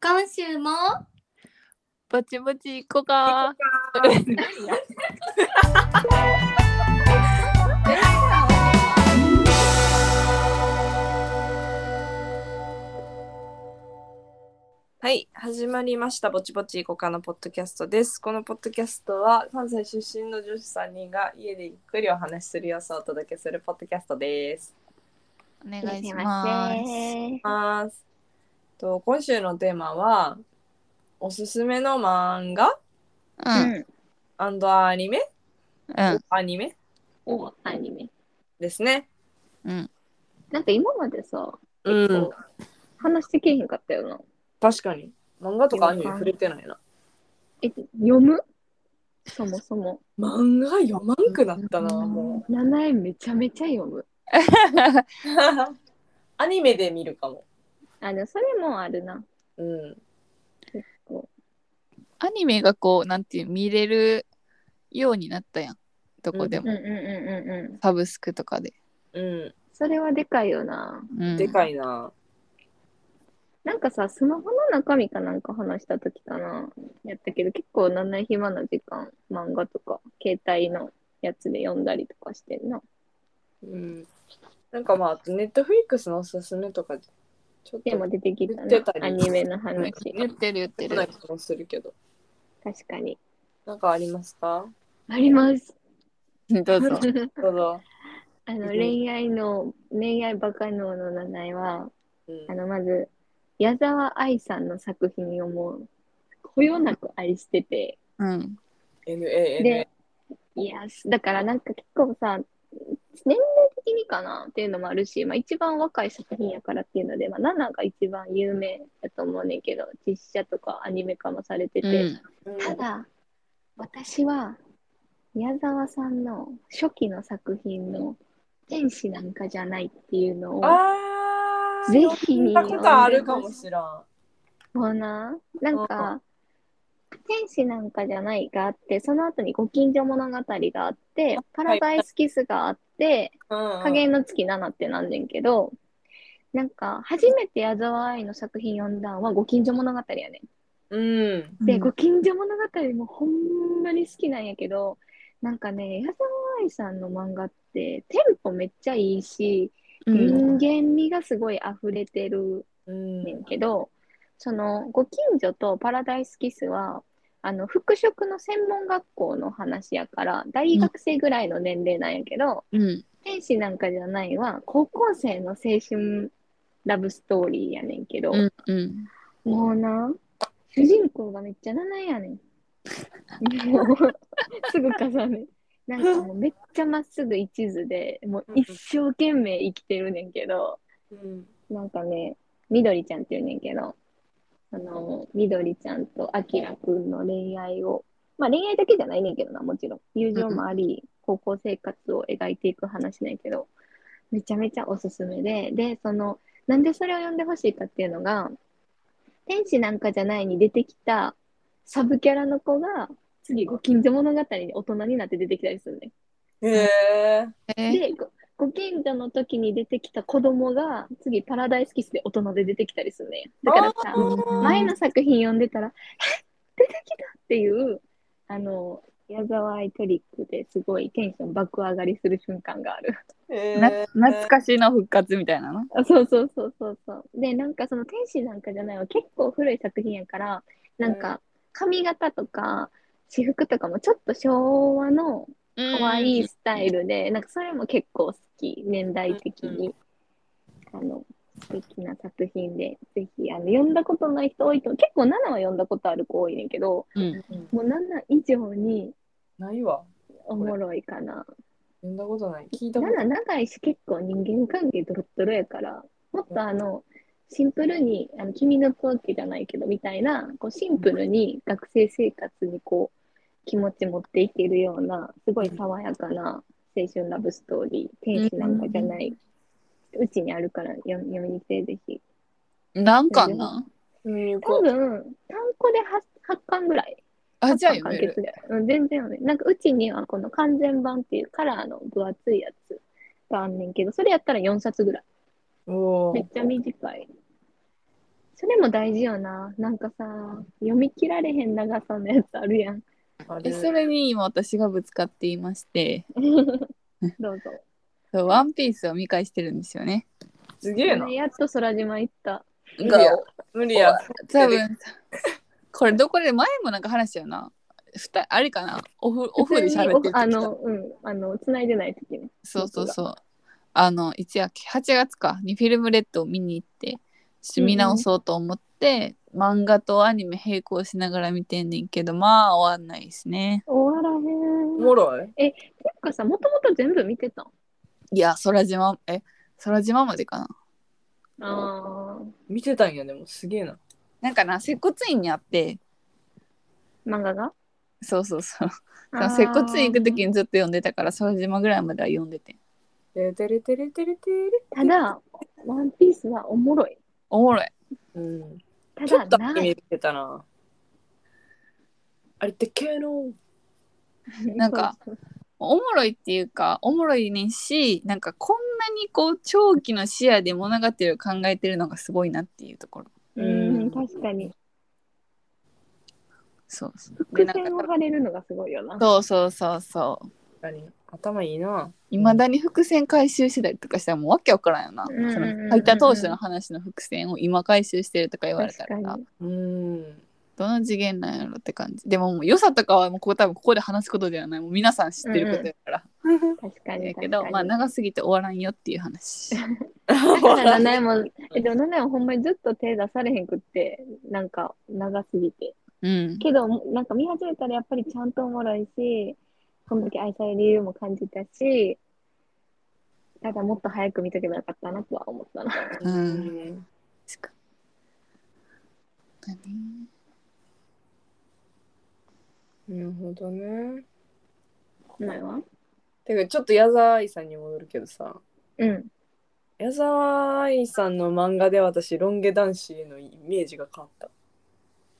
今週もぼちぼち行こうか。はい、始まりました。ぼちぼちいこかのポッドキャストです。このポッドキャストは関西出身の女子3人が家でゆっくりお話しする様子をお届けするポッドキャストです。お願いします。ますと今週のテーマはおすすめの漫画うん、アニメ、うん、アニメおアニメ。ですね。うん。なんか今までさ、うこん、う話してけえへんかったよな。確かに。漫画とかアニメ触れてないな。え、読むそもそも。漫画読まんくなったな、もう。名前めちゃめちゃ読む。 アニメで見るかも。あの、それもあるな。うん。アニメがこう、なんていう、見れるようになったやん。どこでうんも。うんうんうんうん。サブスクとかで。うそれはでかいよな。うん、ん。でかい。いな。なんかさ、スマホの中身かなんか話した時かな。やったけど、結構なんない暇な時間、漫画とか、携帯のやつで読んだりとかしてんな。うん。なんかまあ、ネットフリックスのおすすめとか、ちょっとでも出てきた言ってなた。りアニメの話。言ってる言って少ないる。気もするけど。確かに。なんかありますかあります。どうぞ。どうぞ。あのうん恋愛の恋愛バカ脳の名前はうんあのまず矢沢愛さんの作品をもうこよなく愛しててうん。 NA、でいやだからなんか結構さ年齢的にかなっていうのもあるし、まあ、一番若い作品やからっていうので、まあ、ナナが一番有名だと思うねんけど実写とかアニメ化もされてうて、ん。 NA。ただ私は宮沢さんの初期の作品の「天使なんかじゃない」っていうのをあー、ぜひ見たことあるかもしらん。もうななんか「天使なんかじゃない」があってその後に「ご近所物語」があって「パラダイスキス」があって「加加減の月7」ってなんねんけどなんか初めて矢沢愛の作品読んだんは「ご近所物語」やねん。うん。で、ご近所物語もほんまに好きなんやけど、なんかね、矢沢愛さんの漫画ってテンポめっちゃいいし、うん。人間味がすごい溢れてるうんね。んけど、そのご近所とパラダイスキスは、あの服飾の専門学校の話やから、大学生ぐらいの年齢なんやけど、うん。天使なんかじゃないは高校生の青春ラブストーリーやねんけど、うん。うん。もうな、主人公がめっちゃ七重やねん。もう、 すぐ重ね。なんかもうめっちゃまっすぐ一途で、もう一生懸命生きてるねんけど、うんなんかね、みどりちゃんって言うねんけど、あの、みどりちゃんとあきらくんの恋愛を、まあ恋愛だけじゃないねんけどな、もちろん。友情もあり、高校生活を描いていく話なんやけど、めちゃめちゃおすすめで、で、その、なんでそれを読んでほしいかっていうのが、天使なんかじゃないに出てきたサブキャラの子が、次、ご近所物語に大人になって出てきたりするねん。へえ。えで、ごご近所の時に出てきた子供が次パラダイスキスで大人で出てきたりするね。だからさあ、ー前の作品読んでたら、出てきたっていう、あの、矢沢愛トリックですごいテンション爆上がりする瞬間がある。 へなー懐かしの復活みたいなの。あそうそうそうそうそう。で、なんかその天使なんかじゃないは結構古い作品やから、なんか髪型とか私服とかもちょっと昭和の可愛いスタイルで、なんかそれも結構好き、年代的に。あの、素敵な作品で、ぜひ、あの、読んだことない人多いと、結構7は読んだことある子多いねんけど、うん。もう7以上にないわ。おもろいかな。読んだことない。聞いたことない。 7長いし、結構人間関係ドロッドロやから、もっとあの、シンプルに、あの、君の空気じゃないけど、みたいな、こう、シンプルに学生生活にこう、気持ち持っていけるような、すごい爽やかな青春ラブストーリー、天使なんかじゃない、うちにあるから読み読みに来て、ぜひ。何巻なんうん、よ多く。分単行で 8, 8巻ぐらい。あ、じゃあ8読巻め完結る。で。うん、全然読める。なんかうちにはこの完全版っていうカラーの分厚いやつがあんねんけど、それやったら4冊ぐらい。おめっーちゃ短い。ちそれも大事よな。なんかさ、読み切られへん長さのやつある やん。あえれそれに今私がぶつかっていましてどうぞ。そうワンピースを見返してるんですよねすげえな。やっと空島行った。無理や。無理や。多分これどこで前もなんか話したよなふたあれかなオフオフで喋ってる時 あかの、うん、あの、繋いでない時ね。そうそうそうあのいつやっけ8月かにフィルムレッドを見に行ってちょっと見直そうと思って、漫画とアニメ並行しながら見てんねんけどまあ終わんないですね終わらへん。おてもろい。かさ、もともと全部見てたんいや空島え空島までかなあ見てたんやでもすげえな。なんかな接骨院にあってあ、漫画がそうそうそうそあのー接骨院行く時にずっと読んでたから空島ぐらいまでは読んでててれてれてれてれてれ。ただ、ワンピースはおもろい。おもろいうん。たちょっだ、とな見 えてたな。あれって系の。なんか、おもろいっていうかおもろいねんしなんかこんなにこう長期の視野で物語を考えてるのがすごいなっていうところうん、確かに。そうそうで伏なんか線を張れるのがすごいよな。そうそうそうそう何頭いいな。いまだに伏線回収してたりとかしたらもうわけわからんよな、うんうんうんうんその入った当初の話の伏線を今回収してるとか言われた確らかさに。うん。 どの次元なんやろって感じでももう良さとかはもうここ多分ここで話すことではないもう皆さん知ってることやから、確かに。やけど確かまあに長すぎて終わらんよってい う話だから七重も、えでも七重もほんまにずっと手出されへんくって、なんか長すぎて。うんけど、なんか見始めたらやっぱりちゃんとおもろいし、この時愛される理由も感じたし、ただもっと早く見とけばよかったなとは思ったな。ううんん。確かになるほどね。前はてかちょっと矢沢愛さんに戻るけどさうん。矢沢愛さんの漫画で私ロン毛男子へのイメージが変わっ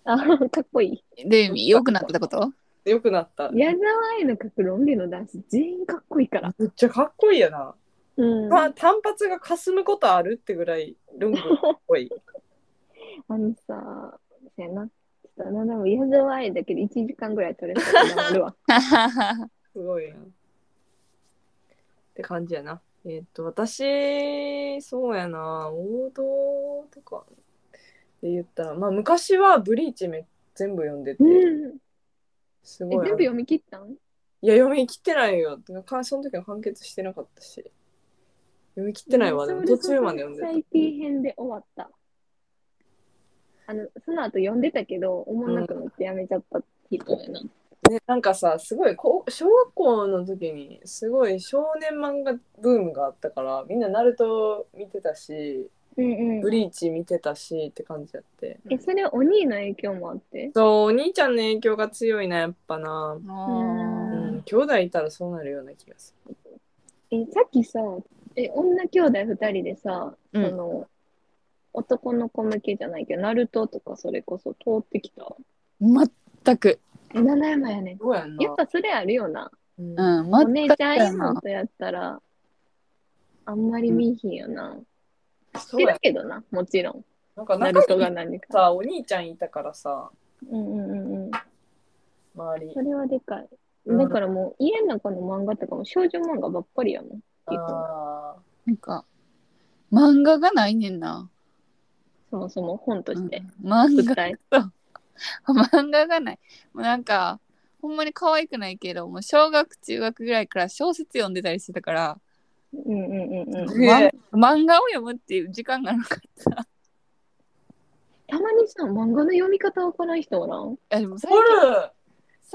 あ、かっこいい。どういう意味良くなってたことたよくなっため矢沢愛の書くロン毛の男子全員かっこいいから。っちゃかっこいいやな、うん。まあ単発がかすむことあるってぐらいロン毛かっこいいあのさ、そうやな。ちょっと、なんでも、矢沢愛だけで1時間ぐらい取れそうなのあるわ。すごいなって感じやなえーっと私そうやな王道とかで言ったらまあ昔はブリーチめ全部読んで て、うん。え、す全ご部い読み切ったんいや、読み切ってないよ。てかかその時は完結してなかったし。読み切ってないわ。でも途中まで読んで最低編で終わった。あの、その後読んでたけど、おもんなくなってやめちゃった人やな。た。ね、なんかさ、すごい、こう小学校の時に、すごい少年漫画ブームがあったから、みんなナルト見てたし、うんブリーチ見てたしって感じやって。え、それ、お兄の影響もあって。そう、お兄ちゃんの影響が強いな、やっぱな。あうーん、兄弟いたらそうなるような気がする。え、さっきさ、え、女兄弟二人でさ、うそんの、男の子向けじゃないけど、ナルトとかそれこそ通ってきた。全く七山やねん。どうやんなやっぱそれあるよな。うんうんお全姉くちゃんや妹なとやったら、あんまり見ひんよな。そ知ってうやるけどな、もちろん。なんかナ仲ルト良がい何か。さ、お兄ちゃんいたからさ、うんうんうんうん。周りそ。れはでかい。うんだからもう、家の中の漫画とかも少女漫画ばっかりやもん。あーなんか漫画がないねんなそもそも本として。うん漫物画体。 漫画がないもうなんかほんまに可愛くないけどもう小学中学ぐらいから小説読んでたりしてたから、うんうんうんうん。すげえまん漫画を読むっていう時間がな かったいたまにさ、漫画の読み方わからん人おらんやでも最おる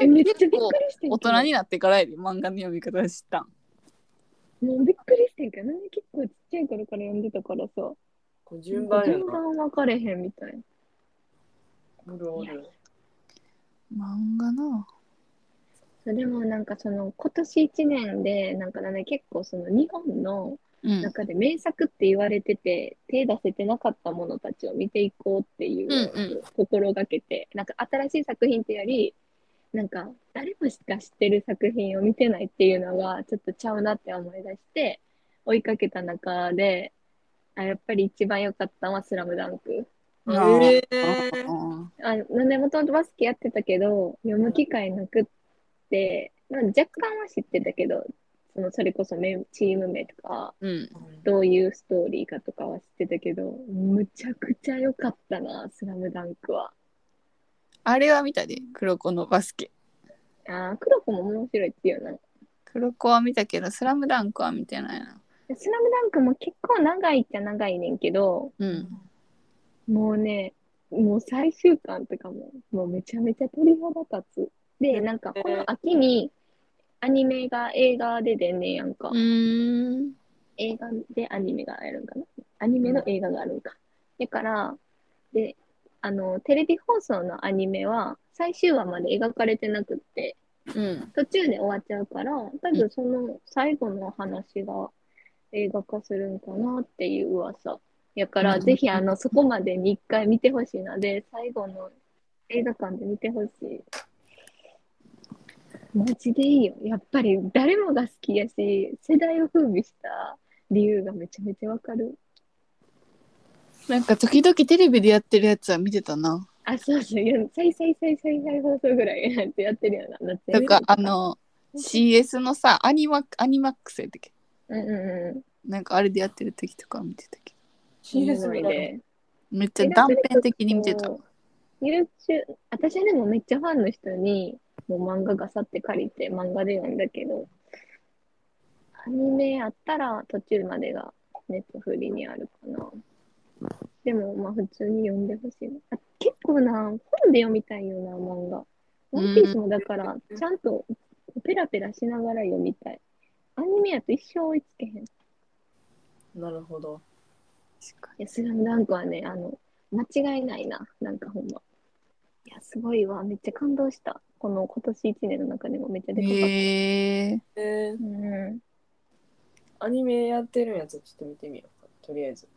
え、近めっちゃびっ結くり構してん大けど。人になってからやで漫画の読み方知ったんもうびっくりしてんけど、なんで結構ちっちゃい頃から読んでたからさ、こう順番や順な。番分かれへんみたいな。おるおる。漫画なそうでもなんかその今年1年でなんかね結構その日本のうん中で名作って言われてて、手出せてなかったものたちを見ていこうっていうんうう心がけて、なんか新しい作品ってよりなんか誰もしか知ってる作品を見てないっていうのがちょっとちゃうなって思い出して追いかけた中であやっぱり一番良かったのは「スラムダンクうんへーうんあのね、もともとバスケやってたけど、読む機会なくって、まあ、若干は知ってたけど、そのそれこそメンチーム名とか、うんどういうストーリーかとかは知ってたけど、むちゃくちゃ良かったな、スラムダンクは。あれは見たで黒子のバスケああ、黒子も面白いっていうな。黒子は見たけど「スラムダンクは見てないなスラムダンクも結構長いっちゃ長いねんけど、うんもうね、もう最終巻とかも、もうめちゃめちゃ鳥肌立つ。で、なんかこの秋にアニメが映画で出んねんやんか。うーん映画でアニメがやるんかなアニメの映画があるんか。だから、で、あの、テレビ放送のアニメは最終話まで描かれてなくって、うん途中で終わっちゃうから、多分その最後の話が映画化するんかなっていう噂。やかうら、んぜひあの、そこまでに一回見てほしいので、最後の映画館で見てほしい。マジでいいよ。やっぱり誰もが好きやし、世代を風靡した理由がめちゃめちゃわかる。なんか時々テレビでやってるやつは見てたなあ、そうそう。いや再再再再再放送ぐらいやってやってるような。夏休とみかあ、の CS のさアニマアニマックスやったっけうんうんうなんかあれでやってる時とか見てたけん。いいですおもろいね。どめっちゃ断片的に見てたそうミルクシュ私はでもめっちゃファンの人に、もう漫画がさって借りて漫画で読んだけど、アニメやったら途中までがネットフリにあるかな。でもまあ普通に読んでほしいなあ。結構な、本で読みたいよな、漫画。ワンピースもだから、ちゃんとペラペラしながら読みたい。アニメやと一生追いつけへん。なるほど。いや、スラムダンクはね、あの、間違いないな。なんかほんま。いや、すごいわ。めっちゃ感動した。この今年1年の中でもめっちゃでかかった。へええー、うん。アニメやってるやつちょっと見てみようか。とりあえず。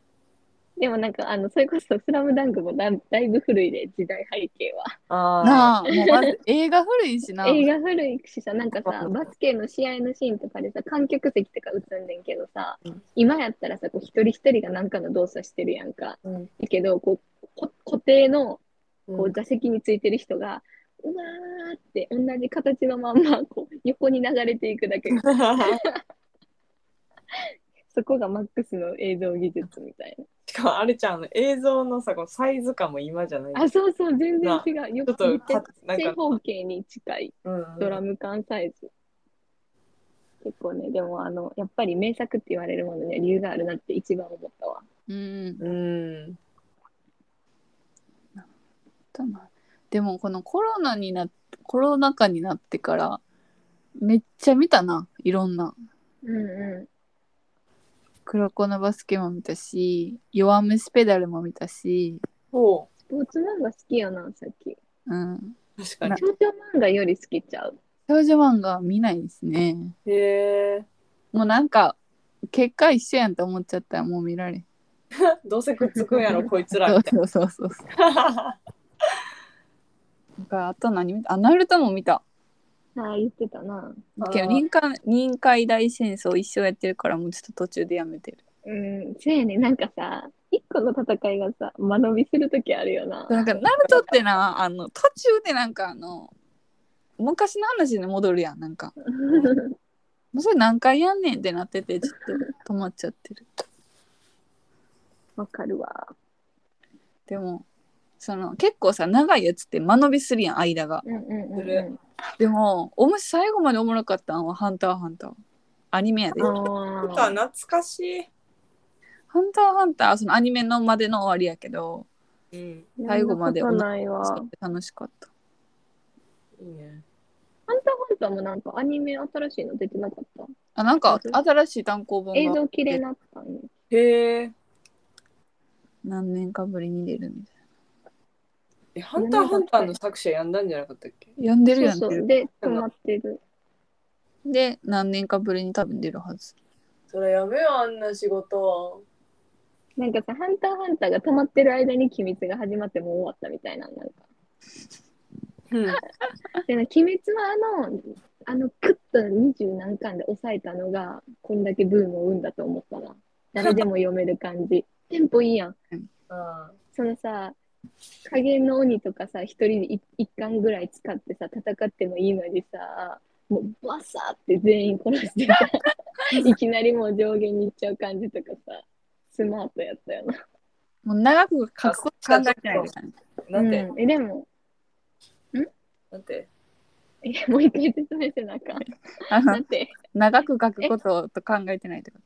でもなんか、あの、それこそスラムダンクもだだいぶ古いで、時代背景は。ああ。なあもうまず映画古いしな映画古いしさ、なんかあさ、バスケの試合のシーンとかでさ、観客席とか映んねんけどさうん、今やったらさ、こう一人一人がなんかの動作してるやんか。うん。だけど、こう、こ固定の、こううん座席についてる人が、うわーって同じ形のまんまこう横に流れていくだけそこがマックスの映像技術みたい しかもあれちゃん、映像のさ、このサイズ感も今じゃな い。なあそうそう全然違うよちょくっと見てかなんか正方形に近いうんドラム缶サイズ、結構ねでもあのやっぱり名作って言われるものには理由があるなって一番思ったわうんうん。だなでもこのコロナになコロナ禍になってからめっちゃ見たないろんなうんう黒子のバスケも見たし弱虫ペダルも見たしんそスポーツ漫画好きやなさっきうんう。確かにな。少女漫画より好きちゃう少女漫画は見ないですねへえ。もうなんか結果一緒やんと思っちゃったらもう見られんどうせくっつくん やろ、こいつらそうみたいそうそうそうな。なんかあと何見たあナルトも見たああ言ってたなけど臨海臨海大戦争一生やってるからもうちょっと途中でやめてるうん、そうやね。なんかさ、一個の戦いがさ、間延びするときあるよな。なんかナルトってなあの途中でなんかあの昔の話に戻るやんなんかもうそれ何回やんねんってなっててちょっと止まっちゃってるわかるわ。でもその結構さ長いやつって間延びするやん間がうんうんんうんでもおもし最後までおもろかったんは「ハンターハンター」アニメやで「ハンあーあ懐かしターハンター」そのアニメのまでの終わりやけどい。うん。ー最後までやんなことないわ。すハごンく楽しかったいいね。ターハンターもなんかアニメ新しいの出てなかっあなんか新しい単行た。本映が像綺麗なったね。へえ。何年かぶりに出るみたいえハンターハンターの作者やんだんじゃなかったっけな読んでるそうそやんてう。るで、止まってる。で何年かぶりに多分出るはずそれやめよ、あんな仕事。なんかさ、ハンターハンターが止まってる間に鬼滅が始まってもう終わったみたいな。なんか。うん。でも鬼滅はあの、あの、クッと二十何巻で抑えたのが、こんだけブームを生んだと思ったな。誰でも読める感じ。テンポいいやん。あそのさ、影の鬼とかさ、一人で一一巻ぐらい使ってさ、戦ってもいいのにさ、もうバサーって全員殺 してさ、いきなりもう上限に行っちゃう感じとかさ、スマートやったよな。もう長く書くこと考えてないですね。なんで、うんえ、でも、なんでえもう一回説明せなあかん。あだのって、長く書くことと考えてないってこ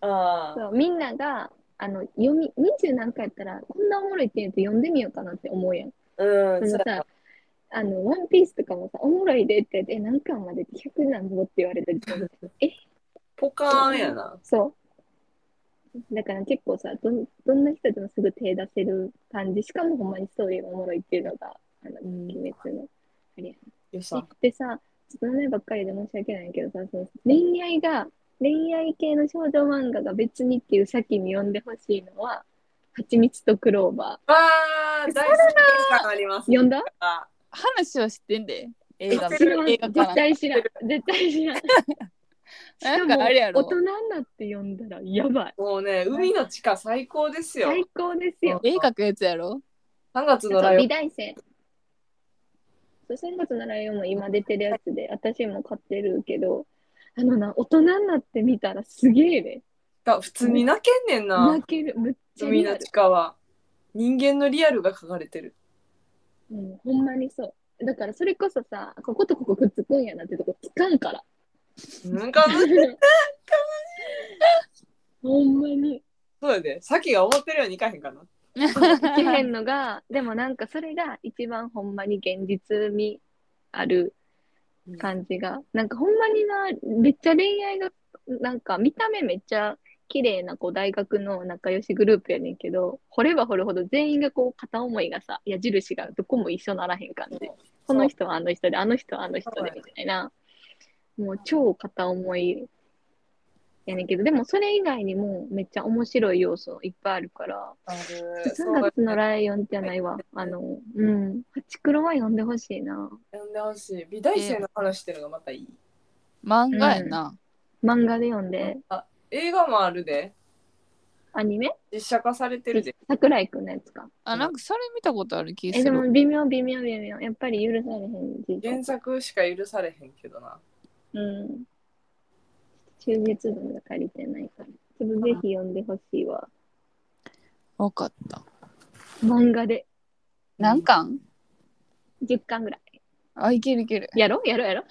と。ああそうみんなが、あの読み20何回やったらこんなおもろいって言うと読んでみようかなって思うやん。うそんのそうやさ、あの、ワンピースとかもさ、おもろいでって言って、え、何巻までって100何ぼって言われたりとかポカーンやなそう。だから結構さ、どんどんな人でもすぐ手出せる感じ、しかもほんまにストーリーがおもろいっていうのが、あの、うん鬼滅の。よさでさ、ちょっと名前ばっかりで申し訳ないけどさ、その恋愛が、恋愛系の少女漫画が別にっていう先に読んでほしいのは、はちみつとクローバあー大好き感ありまー。す読んだあ話は知ってんで。映画の知知ららん映画絶かな。対知らん。絶対知らん。し なかんかもあれやろ大人になって読んだらやばい。もうね海の地下最高ですよ最高ですよ。絵描くやつや ろ3月そのうライ美オ大生。そう3月のライオンも今出てるやつで、私も買ってるけど、あのな、大人になってみたらすげえで、ン普通に泣けんねんな泣ける、むっちゃ海リアのル地下は人間のリアルが書かれてるうん、ほんまにそう。だからそれこそさ、こことここくっつくんやなってとこ聞かんから。なんかほんま に。そうやでさきが思ってるようにいかへんかないけへんのが、でもなんかそれが一番ほんまに現実味ある感じが、なんかほんまにな、めっちゃ恋愛が、なんか見た目めっちゃ綺麗なこう大学の仲良しグループやねんけど、掘れば掘るほど全員がこう片思いがさ、矢印がどこも一緒ならへん感じ。この人はあの人で、あの人はあの人でみたいな、もう超片思いやねんけど、でもそれ以外にもめっちゃ面白い要素いっぱいあるから、ある3月のライオンじゃないわ。あの、うん。ハチクロは読んでほしいな。読んでほしい美大生の話してるのがまたいい漫画やな。漫画で読んで、あ映画もあるでアニメ実写化されてるで桜井くんのやつか。あ、なんかそれ見たことある気え、すでる。も微妙、微妙、微妙。やっぱり許されへん事情原作しか許されへんけどなうん。中月分が足りてないから。ちょっとぜひ読んでほしいわ。わかった。漫画で何巻10巻ぐらい。あ、いけるいける。やろやろやろ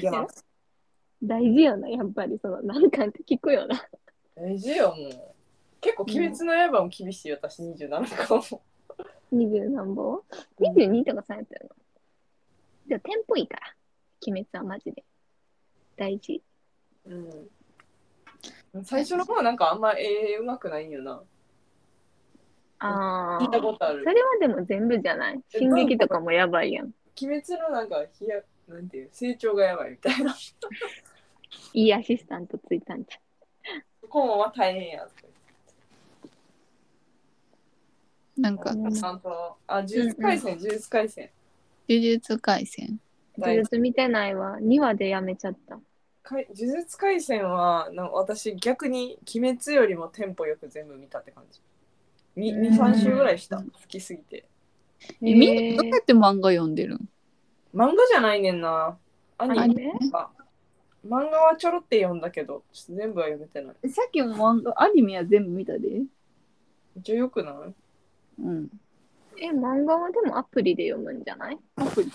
いや大事よな、やっぱり。その、何巻って聞くよな。大事よもう結構「鬼滅の刃」も厳しいよ私27個も二十何本うん ?22 とか3やったよな。じゃあ、テンポいいから。鬼滅はマジで。大事。うん最初の方はなんかあんま絵うまくないんよなあ聞いたことあるそれはでも全部じゃない。進撃とかもやばいやん。鬼滅のなんかひやなんていう成長がやばいみたいな そいいアシスタントついたんじこもまあ大変やなんか、呪ちゃんとあ呪術廻戦呪術廻戦術廻戦。ゃん。大呪術見てないわ。2話でやめちゃった。かい呪術廻戦はな私逆に「鬼滅」よりもテンポよく全部見たって感じうん23週ぐらいした好きすぎてえ、みんなどうやって漫画読んでるん漫画じゃないねんなアアニニメメとか漫画はちょろって読んだけどちょっと全部は読めてないさっきも漫画、アニメは全部見たで。めっちゃよくないうん。え、漫画はでもアプリで読むんじゃないアプリ。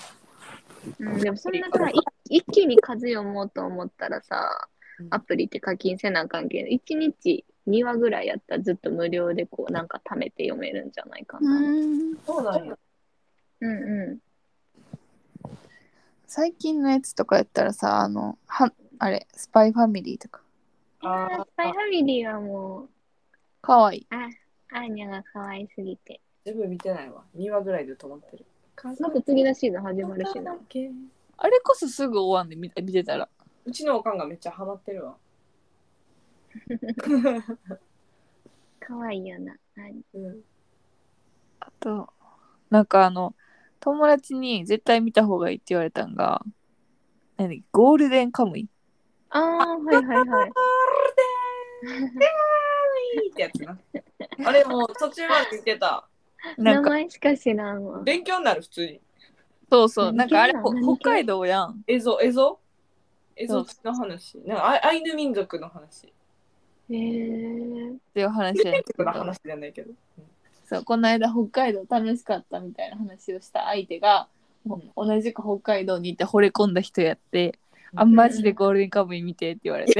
うん、でもそんなさ、い一気に数読もうと思ったらさうん、アプリって課金せなあかんけど、1日2話ぐらいやったらずっと無料でこうなんか貯めて読めるんじゃないかな。うん。そうなんやうんう最近のやつとかやったらさ、あの、は、あれ、スパイファミリーとか。ん。いやーあースパイファミリーはもう、かわいい。アーニャが可愛すぎて。全部見てないわ2話ぐらいで止まってるなんか次のシーズン始まるしな。あれこそすぐ終わんで見見てたら。うちのおかんがめっちゃハマってるわ可愛いよな。アーニャうんあと、なんかあの、友達に絶対見た方がいいって言われたんが、何ゴールデンカムイ。ああ、はいはいはい。ピーってやつなあれもう途中まで見てたな名んか前しか知らんわ。勉強になる普通にそうそう何なん系かあれなほ何系北海道やん映像映像映そ像うの話なんかアアイヌ民族の話へえ。っていう話やね民んけ族のど話じゃないけどそうこの間北海道楽しかったみたいな話をした相手が、もう同じく北海道に行って惚れ込んだ人やって、あんマジでゴールデンカムイ見てって言われて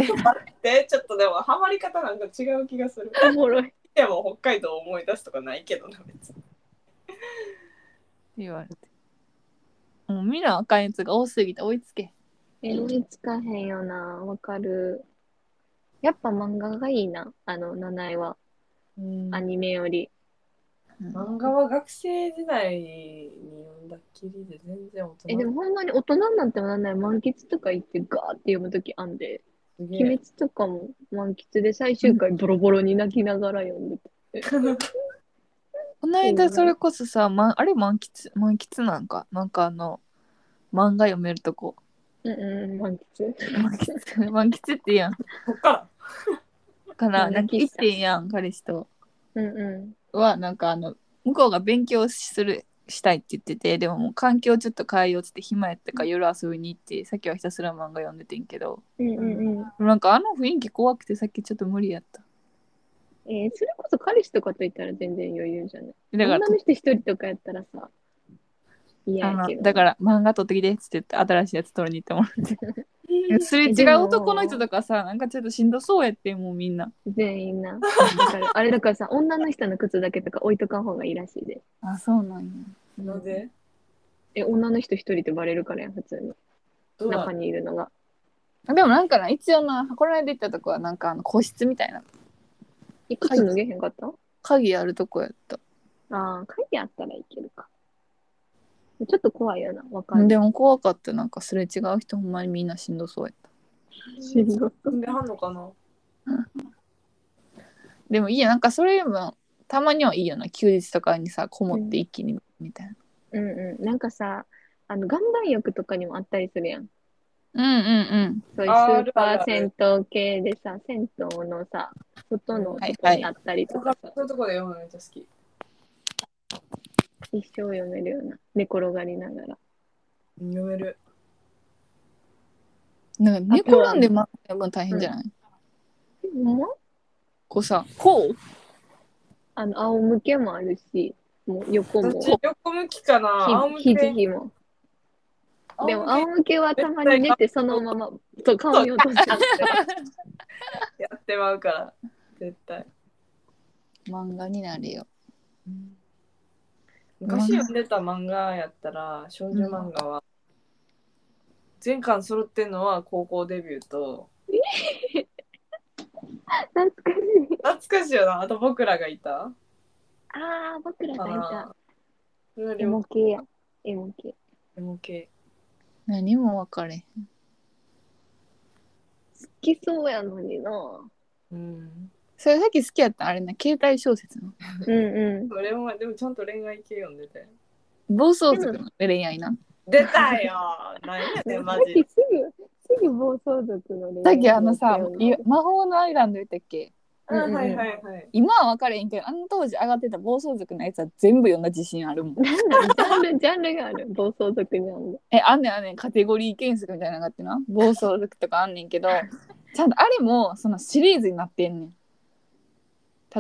でちょっとでもハマり方なんか違う気がするおもろい。でも北海道を思い出すとかないけどな別に言われてもう見なあかんやつが多すぎて追いつけえ、追いつかへんよな。わかる。やっぱ漫画がいいな。あの、七重は。うんアニメより。漫画は学生時代に読んだっきりで全然大人え、でもほんまに大人になってもなんない。満喫とか行ってガーって読むときあんで。すげえ鬼滅とかも満喫で最終回ボロボロに泣きながら読んでた。この間それこそさ、ま、あれ満喫満喫なんかなんかあの漫画読めるとこ うんうん、満喫。満喫満喫って言うやんこっからかなうんなんか喫茶行ってんやん彼氏とうんうはなんかあの向こうが勉強するしたいって言っててでももう環境ちょっと変えようっつって暇やったから夜遊びに行ってさっきはひたすら漫画読んでてんけどん。うんうんうん。なんかあの雰囲気怖くてさっきちょっと無理やったえーそれこそ彼氏とかといったら全然余裕じゃない。だから女の人一人とかやったらさ、嫌あやけのど。、だからら漫画撮ってきてっつって言って新しいやつ撮りに行ってもらってすれ違う男の人とかさなんかちょっとしんどそうやってもうみんな全員な。だからあれだからさ、女の人の靴だけとか置いとかん方がいいらしいで。あそうなんやなぜえ、女の人一人ってバレるからやん、普通に。どうな中のにいるのが。でもなんかな一応なこの間行ったとこはなんかあの個室みたいなえ、靴脱げへんかった、鍵あるとこやったああ、書いてあったらいけるか。ちょっと怖いよな、わかる。でも怖かったなんかすれ違う人ほんまにみんなしんどそうやったしんどなんではんのかなでもいいやなんかそれよりもたまにはいいよな休日とかにさこもって一気にみたいなうんうん、なんかさ、あの岩盤浴とかにもあったりするやん。うんうんそういうスあーーパあるあるー銭湯系でさ、銭湯のさ、外のはいとはこいにあったりそとうかかそういうとこで読むのめっちゃ好き一生読めるような、寝転がりながら。読めるうんなんか寝転んで漫画読むの大変じゃない、でもこうさこうあの仰向けもあるし、もう横も、私横向きかな仰向ひひけじひも。でも仰仰向向けはたまに寝て、そのまま、そう、顔見落としちゃ って。けやってまうから絶対漫画になるよ昔読んでた漫画やったら少女漫画は、全巻揃ってんのは高校デビューと懐かしい。懐かしいよなあと僕らがいたああ、僕らがいあた。それよりエもモ系や。エモ系。エモ系何も分かれへん好きそうやのにな。うんそれさっき好きやったあれな携帯小説のうんうん。俺もでもちゃんと恋愛系読んでて暴走族の恋愛な出たよ何やねんマさっきジすぐ、すぐ暴走族のね。さっきあのさうんい魔法のアイランド言ったっけあうんうんはい はいはい今は分かれへんけどあの当時上がってた暴走族のやつは全部読んだ自信あるもんなんなんジャンル、ジャンルがある。暴走族ジャンル。えあんねんあんねんカテゴリー検索みたいなのがあってな暴走族とかあんねんけどちゃんとあれもそのシリーズになってんねん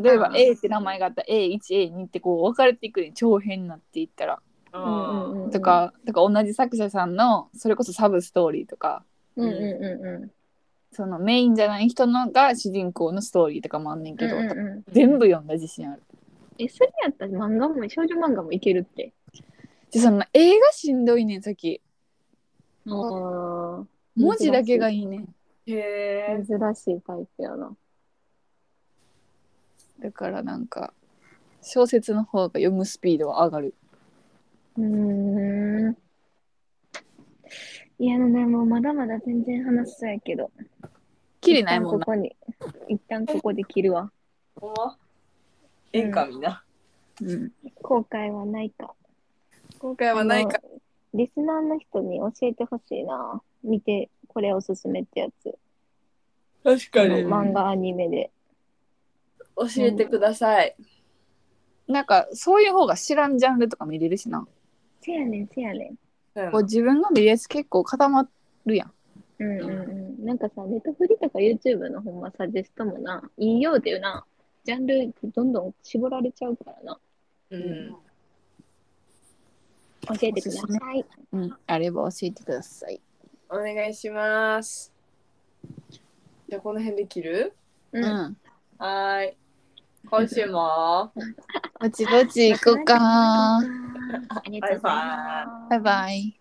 例えばあー A って名前があった A1A2 ってこう分かれていくねん長編になっていったらうんうんあうん。と。か,、とか同じ作者さんのそれこそサブストーリーとかうんうんうそのメインじゃない人のが主人公のストーリーとかもあんねんんうけど、んうんうん。ー全部読んだ自信あるえ、それやったら漫画も、少女漫画もいけるって。でその映画しんどいねんさっきああ。文字だけがいいねんへえ珍しいタイプやな。だからなんか小説の方が読むスピードは上がるうーん。いや、でもまだまだ全然話せそうやけど。きりないもん一旦こなこに、一旦ここで切るわ。ほんまええんかみんなうん後悔はないか。今回はないかあの。リスナーの人に教えてほしいな。見て、これおすすめってやつ。確かうにん漫画、アニメで。教えてくださいなんかそういう方が知らんジャンルとか見れるしなせやねん、せやねん。うんこう自分が見るやつ結構固まるやんうんうんうん。なんかさ、ネットフリとか YouTube のほんまサジェストもな、引用っていうな、ジャンルどんどん絞られちゃうからな。うん教えてくださおすすい。うんあれば教えてくださいお願いします。じゃあこの辺で切るう。うんんはーい。今週も。ぼちぼち行こうかありがとうございます。バイバイ